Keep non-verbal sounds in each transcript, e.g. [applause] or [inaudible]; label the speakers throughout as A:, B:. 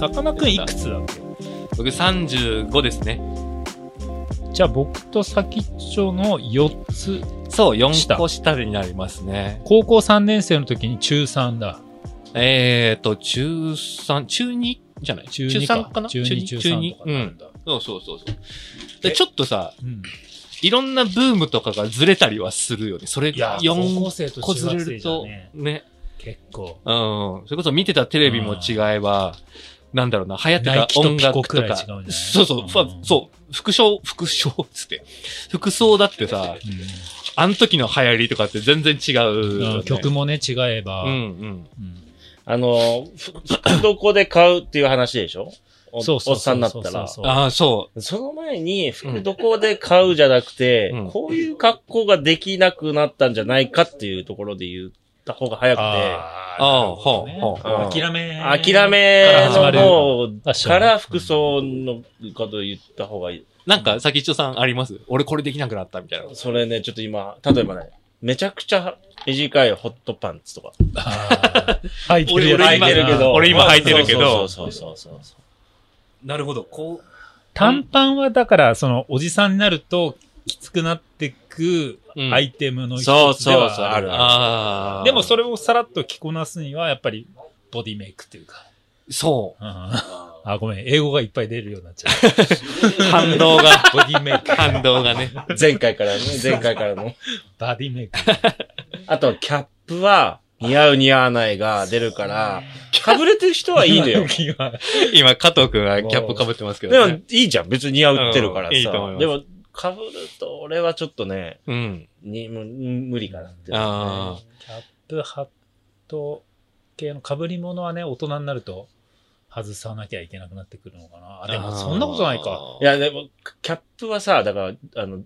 A: さかなクンいくつだっけ
B: 僕35ですね。
A: じゃあ僕と先っちょの4つ。
B: そう、
A: 下
B: 4個下になりますね。
A: 高校3年生の時に中3だ。
B: えーと、中3、中 2? じゃない
A: 中
B: 中
A: 2
B: 3
A: か
B: かな
A: 中2中3とか
B: う
A: なん
B: ん。
A: だ。
B: そうそうそうそう。
A: え
B: で、ちょっとさ、
A: うん。
B: いろんなブームとかがずれたりはするよね。それ
A: いや
B: が、
A: 高
B: 4
A: 校生と
B: 個
A: 中
B: ずれ
A: 学
B: る
A: 生じゃ
B: と
A: ね、、
B: ね。
A: 結構。
B: うん。それこそ見てたテレビも違えば、なんだろうな、流行って
A: ナイ
B: た
A: キと
B: 音
A: ピコ
B: 楽
A: くらい違う
B: と
A: ん
B: か
A: じゃな。い
B: そうそう、ふわ
A: うん
B: そう、服装、服装っつって。服装だってさ、あの時の流行りとかって全然違う
A: うん
B: よね。
A: 曲もね、違えば。
B: うんうん。
A: うん
C: あの、ふ服どこで買うっていう話でしょお
A: そうそうそうそう
C: おっさんになったら。
A: そう
B: ああ、そ
C: その前に、服どこで買うじゃなくて、
B: うん
C: こういう格好ができなくなったんじゃないかっていうところで言った方が早くて、
A: あ
B: あ
A: あ、ほ
B: ほうほう
A: う諦め。
C: 諦め
A: 始まる
C: の方
A: 確
C: か
A: から
C: 服装のことを言った方がいい。
B: う。なんか、先っちょさんあります俺これできなくなったみたいな。
C: それね、ちょっと今、例えばね、めちゃくちゃ短いホットパンツとか。
A: あー入ってるやつ
B: 俺
C: 履い
B: 今
C: てるけど。
B: 俺今履いてるけど
C: そうそうそうそうそう。
B: なるほど。こ
A: 短パンはだから、その、おじさんになると、きつくなってく
B: うん
A: アイテムの一つで
C: そ
A: は
C: うそうそう、あるある。
B: ああ。
A: でもそ
B: れ、
A: れをさらっと着こなすには、やっぱり、ボディメイクっていうか。
B: そ
A: うんあ、ごめん。英語がいっぱい出るようになっちゃう。
B: う。反動が、 [laughs]
C: [laughs]
A: ボディメイク。
B: 反動がね。
C: 前回からね、前回からの。
A: ボディメイク。
C: あと、キャップは、似合う似合わないが出るから、かぶれてる人はいいのよ。
A: 今今
B: 今、加藤くんはキャップ被ってますけ
C: で
B: ど
C: も、
B: ね。
C: いいじゃん。別に似合ってるから
B: うんいいと思い
C: さ。
B: ます
C: でも、かぶると、俺はちょっとね、
B: うん。
C: にむ無理かなって。
B: あ
A: キャップ、ハット系の被り物はね、大人になると、外さなきゃいけなくなってくるのかな。あ、
B: あ。
A: でもそんなことないか。。
C: いや、でも、キャップはさ、だから、あの、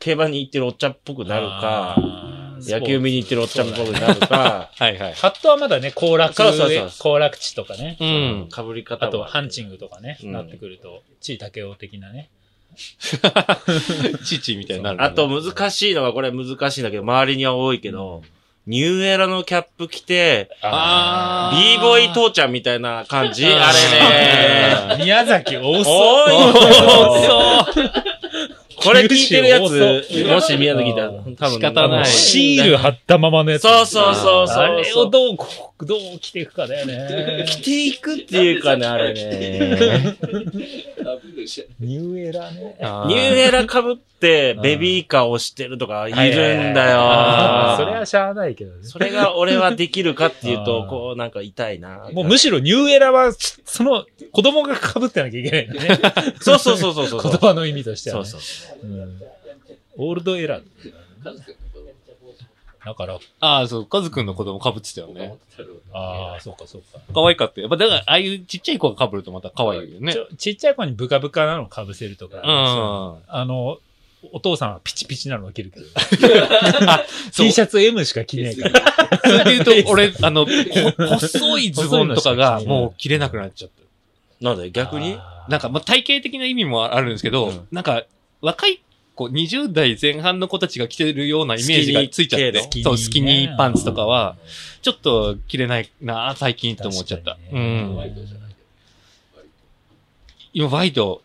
C: 競馬に行ってるおっちゃんっぽくなるか、
A: あー
C: 野球見に行ってるおっちゃんっぽくなるか、
B: はいはい。
A: ハットはまだね、行楽、
C: そうそうそう
A: 行楽地とかね。
B: うん。
C: かぶり方
A: あと
C: も
A: はハンチングとかね、
C: うん
A: なってくると、地位竹雄的なね。
B: 父みたいになるね。
C: あと難しいのが、これ難しいんだけど、周りには多いけど、ニューエラのキャップ着て、
B: あー
C: b ボーイ父ちゃんみたいな感じ
B: あー
C: あれ
A: [laughs] え
C: ね。
A: ー宮崎多そう。
C: 多い
B: 多そう。
C: [laughs] これ聞いてるやつ、
A: 九州多そう
C: もし宮崎いたら、
A: う
C: 多
A: ん
C: 分。
B: 仕方ない
A: シール貼ったままのやつ。
C: そうそうそうそう。
A: あれをどうこう、どう着ていくかだよね。
C: 着ていくっていうかね、あれね。
A: [laughs] ニューエラね。
C: [laughs] ニューエラ被って、ベビーカーをしてるとかいるんだ
A: あ
B: あ
A: あ、それ
C: よ。
A: はしゃあないけどね。
C: それが俺はできるかっていう
A: あ
C: と
A: ー、
C: こうなんか痛いな。
A: もうむしろニューエラは、その、子供が被ってなきゃいけないんだ [laughs] ね。
C: そうそうそうそうそう。
A: 言葉の意味としては、
C: そ
A: ね。
C: うそうそ
A: う
C: う。
A: んオールドエラー。だから、
B: ああ、そう、カズくんの子供被ってたよね。
A: ああ、そうかそうか。
B: 可愛かったよ。やっぱだから、ああいうちっちゃい子が被るとまた可愛いよね
A: ち。ょちっちゃい子にブカブカなのかぶせるとか、
B: うん。あ、
A: あの、お父さんはピチピチなのを着るけ [laughs] ど、
B: そう
A: T シャツ M しか着ねえから。
B: それで言うと、俺、あの、こ細いズボンとかがもう着れなくなっちゃった。
C: なんで逆に
A: あー
B: なんか、まあ、体型的な意味もあるんですけど、
C: うん
B: なんか、若い子、20代前半の子たちが着てるようなイメージがついちゃっ
C: ス
B: て
C: キ、
B: そう、スキニーパンツとかは、、ちょっと着れないなあ最近と思っちゃった。
A: 確
B: う
A: かにね
B: ん。今、ワイド、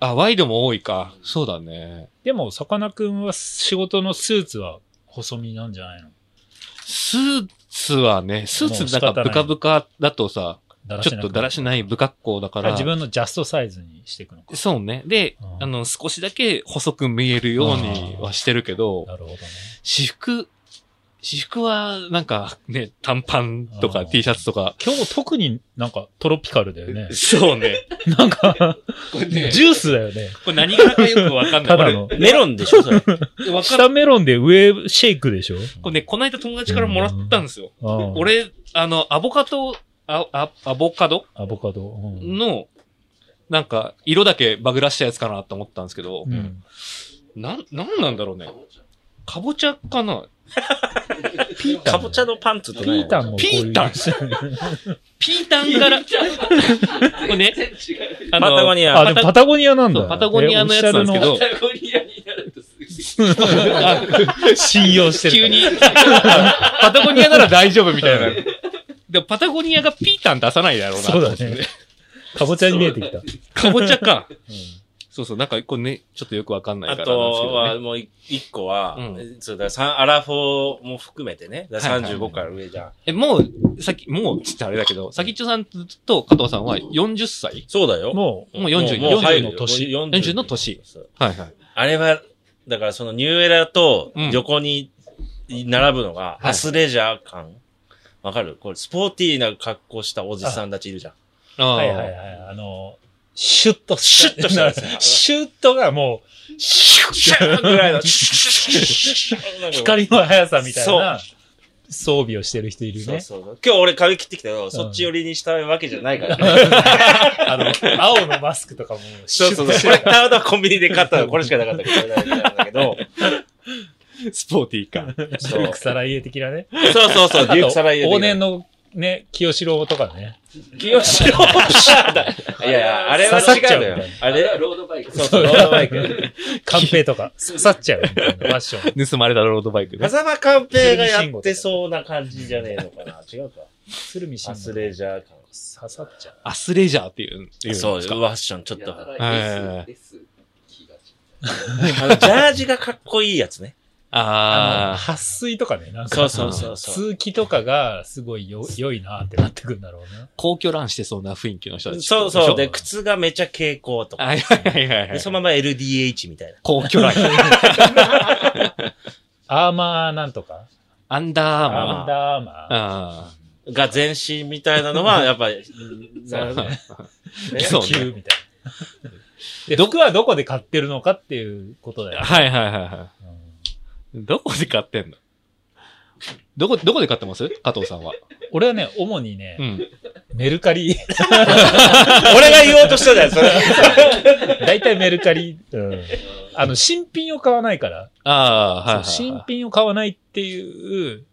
B: あ、ワイドも多いか。そうだね。
A: でも、さかなクンは仕事のスーツは細身なんじゃないの
B: スーツはね、スーツなんかブカブカだとさ、
A: だらし
B: ち
A: な
B: ょっ
A: く
B: とだらしない不格好だから、
A: 自分のジャストサイズにしていくのか。
B: そうね。で、
A: うん
B: あの、少しだけ細く見えるようにはしてるけど、
A: なるほどね。
B: 私服、私服は、なんか、ね、短パンと
A: あ
B: か
A: ー
B: T シャツとか。。
A: 今日特になんかトロピカルだよね
B: そうね。
A: [laughs] なんか、
B: これ [laughs] ね、
A: ジュースだよね。
B: これ何がかよくわかんない。
A: ただの
B: こ。
C: メロンでしょそれ。
B: れわかん
A: 下メロンで上シェイクでしょ
B: これね、この間友達からもらったんですよ。
A: うん
B: 俺、あの、アボカドあ、あ、アボカド
A: アボカド。うん。
B: の、なんか、色だけバグらしたやつかなと思ったんですけど、
A: うん、
B: なん、なんなんだろうね。かぼちゃかな
A: ピータン。
C: かぼちゃのパンツと
A: ピータンもこういう
B: ピータンピータン柄。こ [laughs] れね、あ
C: パタゴニ
A: [laughs]
C: ア
A: あ、でもパタゴニアなん
B: そ
A: だ。
B: うパタゴニアのやつなんですけど
A: えオフィシ
D: タゴニアになるとすぐ
B: あ [laughs]
A: ャルの信用してる。
B: 急に、パタゴニアなら大丈夫みたいな。でもパタゴニアがピータン出さないだろうなと
A: そう
B: 思
A: だ
B: って。
A: ね。かぼちゃに見えてきた。
B: かぼちゃか。そうそう、なんかこれね、ちょっとよくわかんない
C: あ
B: から
C: と
B: なんですけどね、
C: は、もうい一個は、
B: うん
C: そうだ、三アラフォーも含めてね、だ
B: はいはい
C: 35から上じゃん。
B: え、もう、さっき、もう、ちょっとあれだけど、さきっちょさんと加藤さんは40歳
C: そうだよ。
A: も
B: もう40
C: もう入る
A: 40の
C: よ
A: 年
B: 40の年。
C: そう
B: はいはい。
C: あれは、だからそのニューエラと
B: うん
C: 横に並ぶのが、
B: い
C: アスレジャー感。わかるこれ、スポーティーな格好したおじさんたちいるじゃん。
B: あ
A: う、
B: あ、
A: はいはいはい。あの、シュッと、シュッ
C: としたやつ
A: シュッとがもう、シュッ
C: シャー [laughs] ぐ
B: [laughs]
C: らいの。
A: 光の速さみたいな装備をしてる人いる
C: そう
A: ね。
C: そうそう今日俺髪切ってきたけど、そっち寄りにしたわけじゃないからね。
A: あの、青のマスクとかも、シュッとして
C: これ、たまたまコンビニで買ったの、これしかなかったけど、これだけなんだけど。
B: スポーティーか。
C: そう
A: る、草来家的なね。
C: そうそうそう、デュークサライエル
A: 往年のね、清志郎とかね。
C: 清志郎だ。いやいや、あれは違う
A: 刺
C: のよ
A: さっちゃうみたいな。
C: あ
D: あれは
C: れ、
D: ロードバイク
C: そうそう、ロードバイク。
A: カンペとか、刺さっちゃうみたいなファッション。
B: 盗まれたロードバイクね。
C: [laughs] 風間寛平がやってそうな感じじゃねえのかな。違うか。
A: 鶴見慎
C: ア
A: 吾
C: スレジャー感。
A: 刺さっちゃう。
B: アスレジャーっていう、っていうんですか。
C: ファッションちょっと。
D: やた
C: あ
D: ら S, S 気がち
C: の、ジャージがかっこいいやつね。
A: あの、
B: あ
A: 撥水とかね、なんか。
C: そうそうそうそう。
A: 通気とかがすごいよ、良いなってなってくるんだろうな。
B: あ、皇居ランしてそうな雰囲気の人たち。
C: そう
A: でし
C: そ
A: ょ
C: う。で、靴がめちゃ傾向とか。
B: はいはいはいは
C: で、
B: い
C: そ。のまま LDH みたいな。
B: 皇居ラン。
A: アーマーなんとか
B: アンダ
A: ア
B: ーアーマ
A: ン
B: ー。
A: ダーアーマー。
B: あ
C: が全身みたいなのは、やっ [laughs] ぱり、なるほどね
B: あ。そう
A: 野球み
B: ね。
A: たいな。で、毒はどこで買ってるのかっていうことだよ。
B: はいはいはいは
A: うん
B: い。どこで買ってんのどこ、どこで買ってます加藤さんは。
A: 俺はね、主にね
B: う、ん。
A: メルカリ、 [laughs]
C: 俺が言おうとしたじゃん、それ。
A: 大体メルカリ、うんあの、新品を買わないから。
B: ああ、はいはいはい。
A: そう新品を買わないっていう、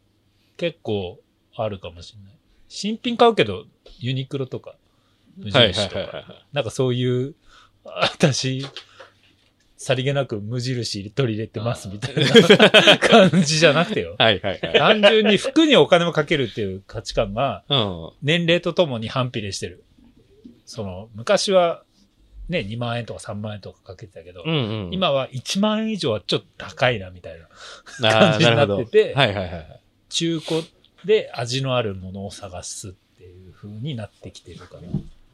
A: 結構あるかもしれない。新品買うけど、ユニクロとか、無
B: はい
A: 印
B: はい
A: とか、
B: はいはい。
A: なんかそういう、あ私、さりげなく無印取り入れてますみた
B: [laughs]
A: いな感じじゃなくてよ。
B: はいはいはい。
A: 単純に服にお金をかけるっていう価値観が、
B: うん。
A: 年齢とともに反比例してる。その、昔は、ね、2万円とか3万円とかかけてたけど、
B: うんうん。
A: 今は1万円以上はちょっと高いなみたいな。
B: あ
A: 感
B: あ、
A: じ
B: な
A: に
B: る
A: な
B: ほ
A: っ
B: ど。は
A: て
B: い
A: て
B: はいはい。
A: 中古で味のあるものを探すっていう風になってきてるから。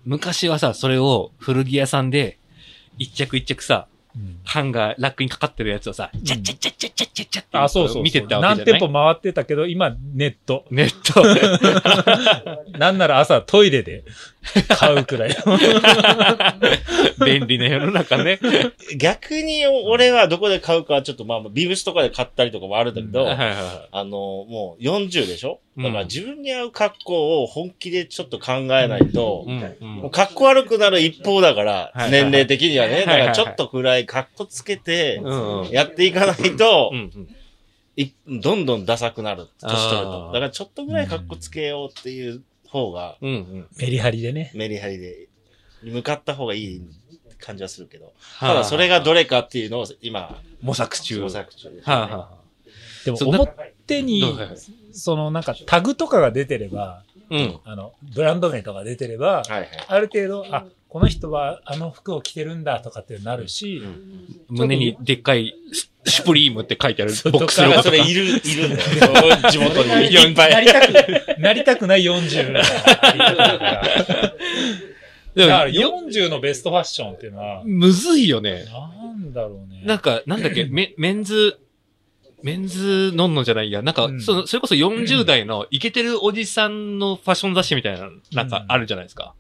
B: 昔はさ、それを古着屋さんで、一着一着さ、ハンガー、ラックにかかってるやつをさ、チャッチャッチャッチャッチャッチャッチャッって
A: あ、そうそうそう
B: 見てったわけ
A: 何
B: じゃ
A: 店
B: ない
A: 舗回ってたけど、今ネット。
B: ネット。
A: なんなら朝トイレで買うくらい。
B: 便利な世の中ね。
C: 逆に俺はどこで買うかはちょっとまあ、ビブスとかで買ったりとかもあるんだけど、
A: うん
B: はいはいは
C: あの、もう40でしょ
B: うん
C: だから自分に合う格好を本気でちょっと考えないと
B: い。う、んうん
C: もう格好悪くなる一方だから、
B: はい
C: 年齢的には
B: は
C: ね。だか
B: いはい
C: らちょっとくらい格好つけて、
B: うんうん
C: やっていかないと
B: う、ん
C: いどんどんダサくなる。年取る
B: あ
C: と。
B: ー
C: だからちょっとぐらい格好つけようっていう方が、
B: うん。うんうん。
A: [laughs] メリハリでね。
C: メリハリで、向かった方がいい感じはするけど。ただそれがどれかっていうのを今、
B: 模索中。
C: 模索中です、ね。
B: はあ、は
A: でも
B: そうな
A: 表に
B: はいはい、
A: そのなんかタグとかが出てれば、
B: あ、うん。
A: あの、ブランド名とか出てれば、
C: はいはい。
A: ある程度、あ、この人はあの服を着てるんだとかってなるし、
B: 胸にでっかい、シシュプリームって書いてあるボックス
C: だ
B: ロ
C: か
B: ゴ
C: ら
B: とか
C: それいる、いるんだよ。そう地元に。いっぱい。
A: なりたくない40だから。
B: で
A: だか
B: も
A: ら40のベストファッションっていうのは、
B: むずいよね。
A: なんだろうね。
B: なんか、なんだっけ、メメンズ、メンズノンノじゃないや。なんか、
A: うん
B: そのそれこそ40代のイケてるおじさんのファッション雑誌みたいな、なん
A: う
B: か
A: ん
B: あるじゃないですか。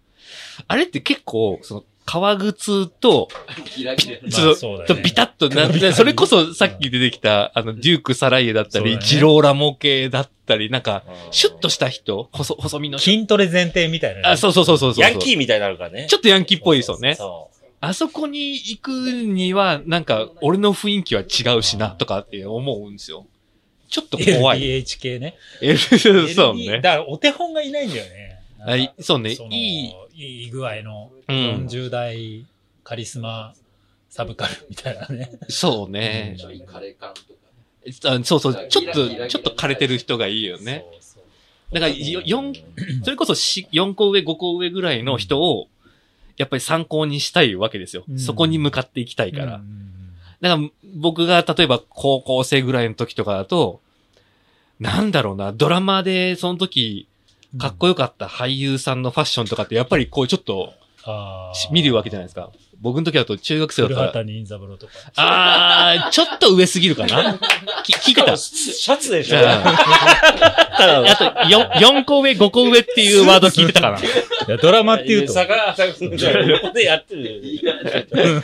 B: あれって結構、その、革靴と、
D: ギラギラ。
B: ちょっと、
A: そうだよね
B: ちょっとビタッとなって、それこそさっき出てきた、あの、デューク・サライエだった
A: そうだ
B: り、
A: ね
B: ジローラモ系だったり、なんか、シュッと
C: し
B: した人、細、細身の人。
A: 筋トレ前提みたいなね。
B: あ、そうそうそうそうそう。
C: ヤンキーみたいになるからね。
B: ちょ
C: っ
B: っとヤンキーっぽいですよね。
C: そ
B: あそこに行くには、なんか、俺の雰囲気は違うしな、とかって思うんですよ。ちょっと怖い。
A: LDHK ね。
B: [laughs] そう
A: LD
B: ね。
A: だからお手本がいないんだよね。
B: あいそうね
A: そ。の
B: いい。。
A: いい具合の
B: うん。
A: 40代カリスマサブカルみたいなね。
B: そうね。
D: ちょいカレ感とか。
B: あそうそう。ちょっと、ちょっと枯れてる人がいいよね。
A: そうそう。
B: だから、よ四それこそし4個上、5個上ぐらいの人を、やっぱり参考にしたいわけですよ。
A: うん
B: そこに向かっていきたいから。
A: うんうん
B: だから、僕が例えば高校生ぐらいの時とかだと、なんだろうな、ドラマでその時、
A: うん
B: かっこよかった俳優さんのファッションとかって、やっぱりこうちょっと
A: あ
B: し
A: ー
B: 見るわけじゃないですか。僕の時だと中学生だっ
A: 古
B: たら、
A: 畑任三郎とか。
B: あー、ちょっと上すぎるか
A: [laughs]
B: なき聞いてた。
C: う。シャツでし
B: う
C: ょ
B: んあと4、4個上、5個上っていうワード聞いてたかな。
A: いやドラマっていうと。
C: 坂坂君じゃん横でやってるよ。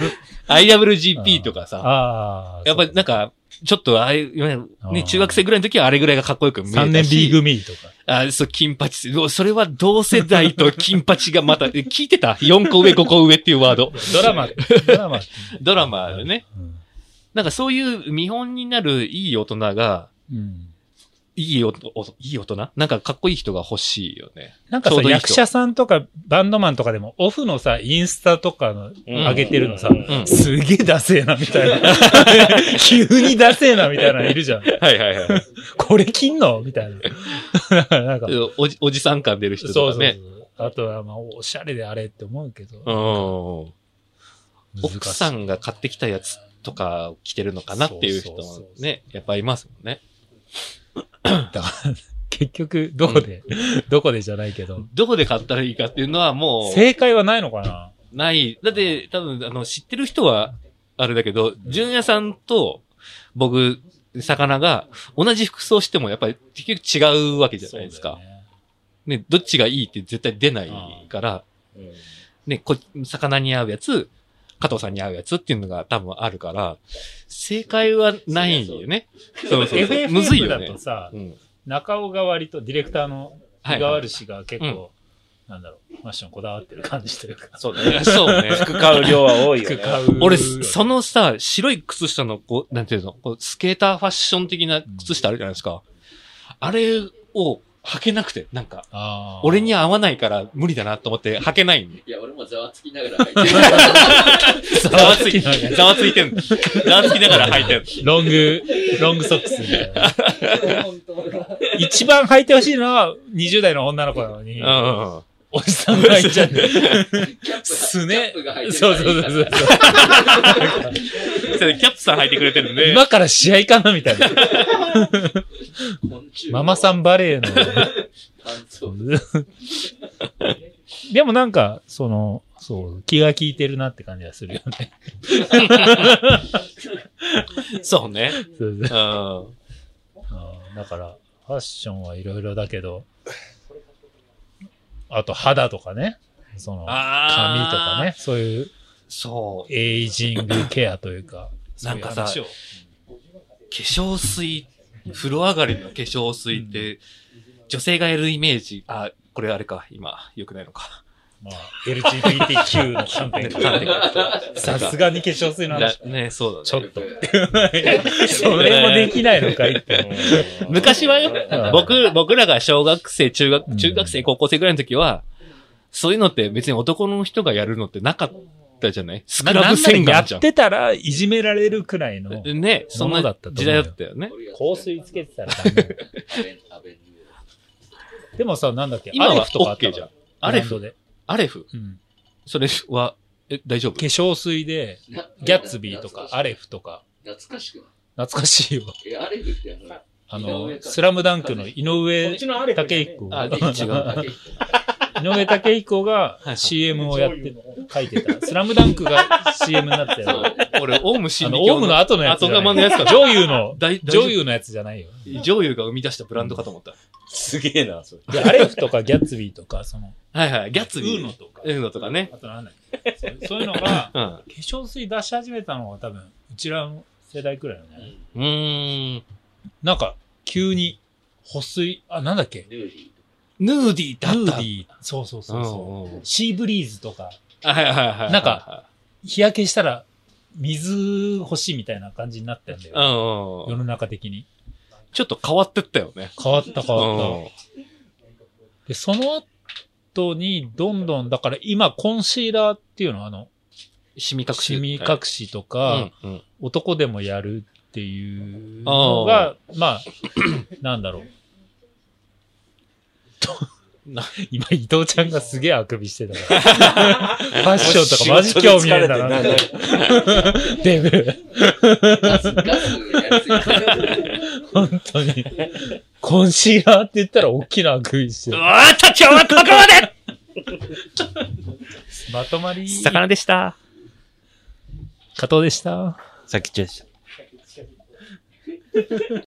B: IWGP とかさ。
A: ああ。
B: やっぱりなんか、ちょっとああいう、
A: あ
B: ね、
A: ー
B: 中学生ぐらいの時はあれぐらいがかっこよく見えたし。
A: 3年 B 組とか。
B: あ、そう、金八。うわそれは同世代と金八がまた、え聞いてた ?4 個上、5個上っていうワード。
A: ドラマ、ドラマ。
B: ドラマでね。
A: うん。
B: なんかそういう見本になるいい大人が、
A: うん。
B: いいおおいい大人なんかかっこいい人が欲しいよね。
A: なんか
B: ちょ
A: さ
B: うどいい
A: 役
B: 人
A: 者さんとかバンドマンとかでも、オフのさ、インスタとかの上げてるのさ、
C: うん
B: うん
A: すげえダセえな、みたいな。 [laughs] 急にダセえな、みたいなのいるじゃん。
B: はいはいはい。
A: これ切んのみたいな。なんか、
B: [laughs] おじ、おじさん感出る人
A: そうそう
B: とか
A: そ
B: ね。
A: う。あとは、まあ、おしゃれであれって思うけど、
B: うん。
A: 難しい
B: 奥さんが買ってきたやつとかを着てるのかなっていう人
A: そうそう
B: も
A: そうそう
B: ね、やっぱいますもんね。
A: だから、結局、どこで、どこでじゃないけど、
B: どこで買ったらいいかっていうのはもう。
A: 正解はないのかな
B: ない。だって、多分、あの、知ってる人は、あれだけど、純也さんと、僕、魚が、同じ服装しても、やっぱり、結局違うわけじゃないですか。
A: そうだよね
B: ねどっちがいいって絶対出ないから、ね、こ、魚に合うやつ、加藤さんに合うやつっていうのが多分あるから、正解はないよね。そうそうそう。むずい
A: FFF
B: よ
A: だ
B: ね
A: と。さ、
B: うん。
A: 中尾が割とディレクターの
B: は
A: 日
B: い
A: 替わる氏が結構、
B: うん
A: なんだろう、ファッションこだわってる感じというか。
C: そうだ
B: い
C: ね。
B: や [laughs] そうね。
C: 服買う量は多いよね。
B: 俺、そのさ、白い靴下の、こう、なんていうの、こうスケーターファッション的な靴下あるじゃないですか。あれを履けなくて、なんか、
A: あー
B: 俺に合わないから無理だなと思って履けない [laughs] ん
D: いや、俺もざわつきながら入って
B: ざわ
A: [laughs]
B: つい、ざわついてんの。ざわつきながら履いてんの。
A: ロング、ロングソックスみたいな。
C: [laughs]
D: る。本当だ
A: 一番履いてほしいのは20代の女の子なのに、
B: うんうん。
A: おじさんが履いちゃ
B: [laughs]
A: う。
D: キャップ
A: すね
D: キャップが入っ。てる
A: そう
D: からいいから
A: そうそうそう。
B: それでキャップさん履いてくれてるんで。
A: 今から試合かなみたいな。
D: 昆虫
A: ママさんバレーの。
D: 乾燥 [laughs]
A: でもなんか、その、そう、気が利いてるなって感じはするよね。
B: そうね。
A: そうそう
B: うん。は
A: あーだから、ファッションはいろいろだけど、あと肌とかね、その、髪と
B: あー
A: かね、そういう
B: そう。
A: エイジングケアというか、
B: なんかさ
A: そういう話を
B: 化粧水、風呂上がりの化粧水って、女性がやるイメージ、あ、これあれか、今、良くないのか。
A: まあ、LGBTQ の観点から。さすがに化粧水の話。
B: なね、そうだね。
A: ちょっと。 [laughs] それもできないのかいって。
B: 昔はよ
A: うん、
B: 僕、僕らが小学生、中
A: う
B: 学、
A: ん
B: 中学生、高校生ぐらいの時は、そういうのって別に男の人がやるのってなかったじゃないスクラブ洗
A: や
B: 顔
A: っ
B: じゃ
A: てたらいじめられるくらいの。
B: ん。ね、そん
A: も
B: な
A: のだったと思
B: 時
A: うよ
B: 代だったよね。
A: 香水つけてたらダメ。
D: アベンアベンニュー
A: でもさ、なんだっけ、
B: 今は
A: アレフとかあったか
B: OK じゃ
A: ら
B: ん。ア
A: ブ
B: レ
A: ランド
B: フ、
A: で。
B: アレフ。
A: うん
B: それは、え、大丈夫
A: 化粧水で、
D: な
A: ギャッツビーとか、アレフとか、
D: 懐かしくな
A: 懐かしいわ。
D: いえ、アレフってあの、井
A: あの
D: 上、か
A: スラムダンクの井
E: こっ
A: 上
E: ちのアレフじゃ
A: 武
E: ねえ
A: 彦。
B: あ違う
D: 竹
A: 井上武彦が CM をやって、書いてた。スラムダンクが CM になったよ。
B: 俺、オウム真
A: あ
B: 理
A: の、
B: 教
A: オウムの後のやつじゃない。
B: 後釜のやつかと
A: 女優の、
B: 大大丈夫
A: 女優のやつじゃないよ。
B: 女優が生み出したブランドかと思った。
C: すげえな、それ。
A: でアレフとかギャッツビーとか、その、
B: はいはい。ギャッツビー。
A: ウーノとか。
B: いうのとかね。
A: あとなんだっけそうそういうのが、
B: う
A: 化
B: ん。
A: 粧水出し始めたのが多分、うちらの世代くらいだね。
B: うーん。
A: なんか、急に、保水、あ、なんだっけ
D: ルーリ
B: ヌーディーだった。
A: ヌーディー、そうそうそうそう、
B: うんうん
A: シーブリーズとか、
B: はいはいはいはい。
A: なんか、日焼けしたら、水欲しいみたいな感じになったんだ
B: うん
A: よ。
B: うんう
A: 世
B: ん。
A: の中的に。
B: ちょっと変わってったよね。
A: 変わった変わった。
B: う
A: で、その後に、どんどん、だから今、コンシーラーっていうのは、あの、
B: ん。シミ隠し。
A: シミ隠しとか、
B: うんうん
A: 男でもやるっていうのが、まあ、 [coughs] なんだろう。
B: な
A: 今、伊藤ちゃんがすげえあくびしてた
B: [laughs]
A: から。ファッションとかマジ興味ねえだな。
C: 仕事で疲れて
A: デブ。
D: ー。ガス、ガスやりすぎて。
A: 本当に。コンシーラーって言ったら大きなあくびして
B: う
A: る。
B: わー、たちはここまで
A: まとまり、
B: 魚でした。
A: 加藤でした。
C: さっきちょっと